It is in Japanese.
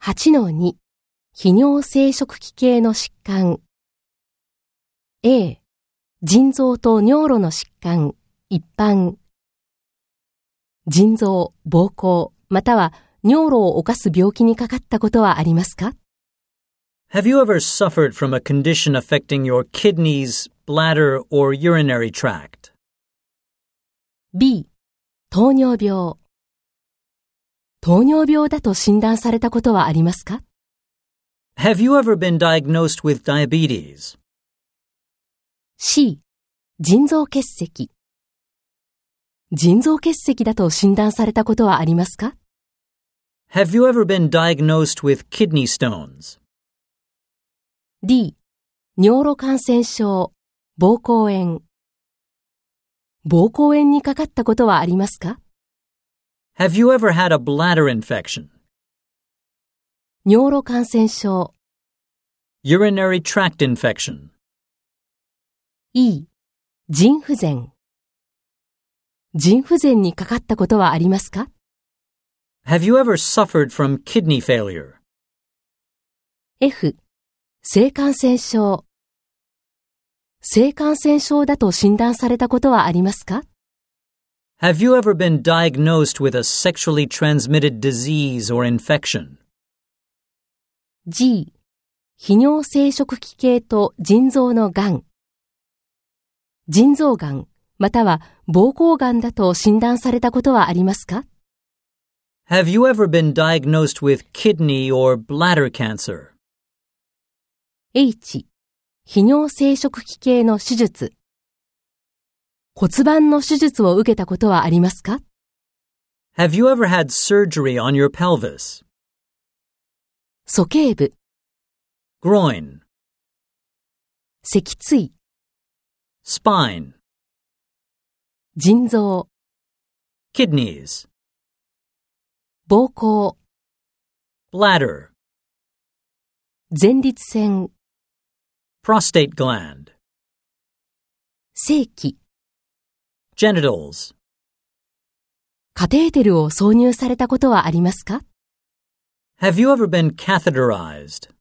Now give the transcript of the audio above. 8-2泌尿生殖器系の疾患 A 腎臓と尿路の疾患一般腎臓、膀胱、または尿路を犯す病気にかかったことはありますか Have you ever suffered from a condition affecting your kidneys, bladder, or urinary tract? ?B 糖尿病糖尿病だと診断されたことはありますか Have you ever been diagnosed with diabetes? C、腎臓結石。腎臓結石だと診断されたことはありますか Have you ever been diagnosed with kidney stones? ?D、尿路感染症、膀胱炎。膀胱炎にかかったことはありますか Have you ever had a bladder infection? 尿路感染症、 Urinary tract infection? E、腎不全。腎不全にかかったことはありますか Have you ever suffered from kidney failure? F、性感染症。性感染症だと診断されたことはありますか Have you ever been diagnosed with a sexually transmitted disease or infection? G、泌尿生殖器系と腎臓のがん。腎臓がん、または膀胱がんだと診断されたことはありますか Have you ever been diagnosed with kidney or bladder cancer? ?H、泌尿生殖器系の手術。骨盤の手術を受けたことはありますか Have you ever had surgery on your pelvis, 鼠径部、 groin, 脊椎、 spine, 腎臓、 kidneys, 膀胱、 bladder, 前立腺、 prostate gland, 性器、 genitals? カテーテルを挿入されたことはありますか Have you ever been catheterized?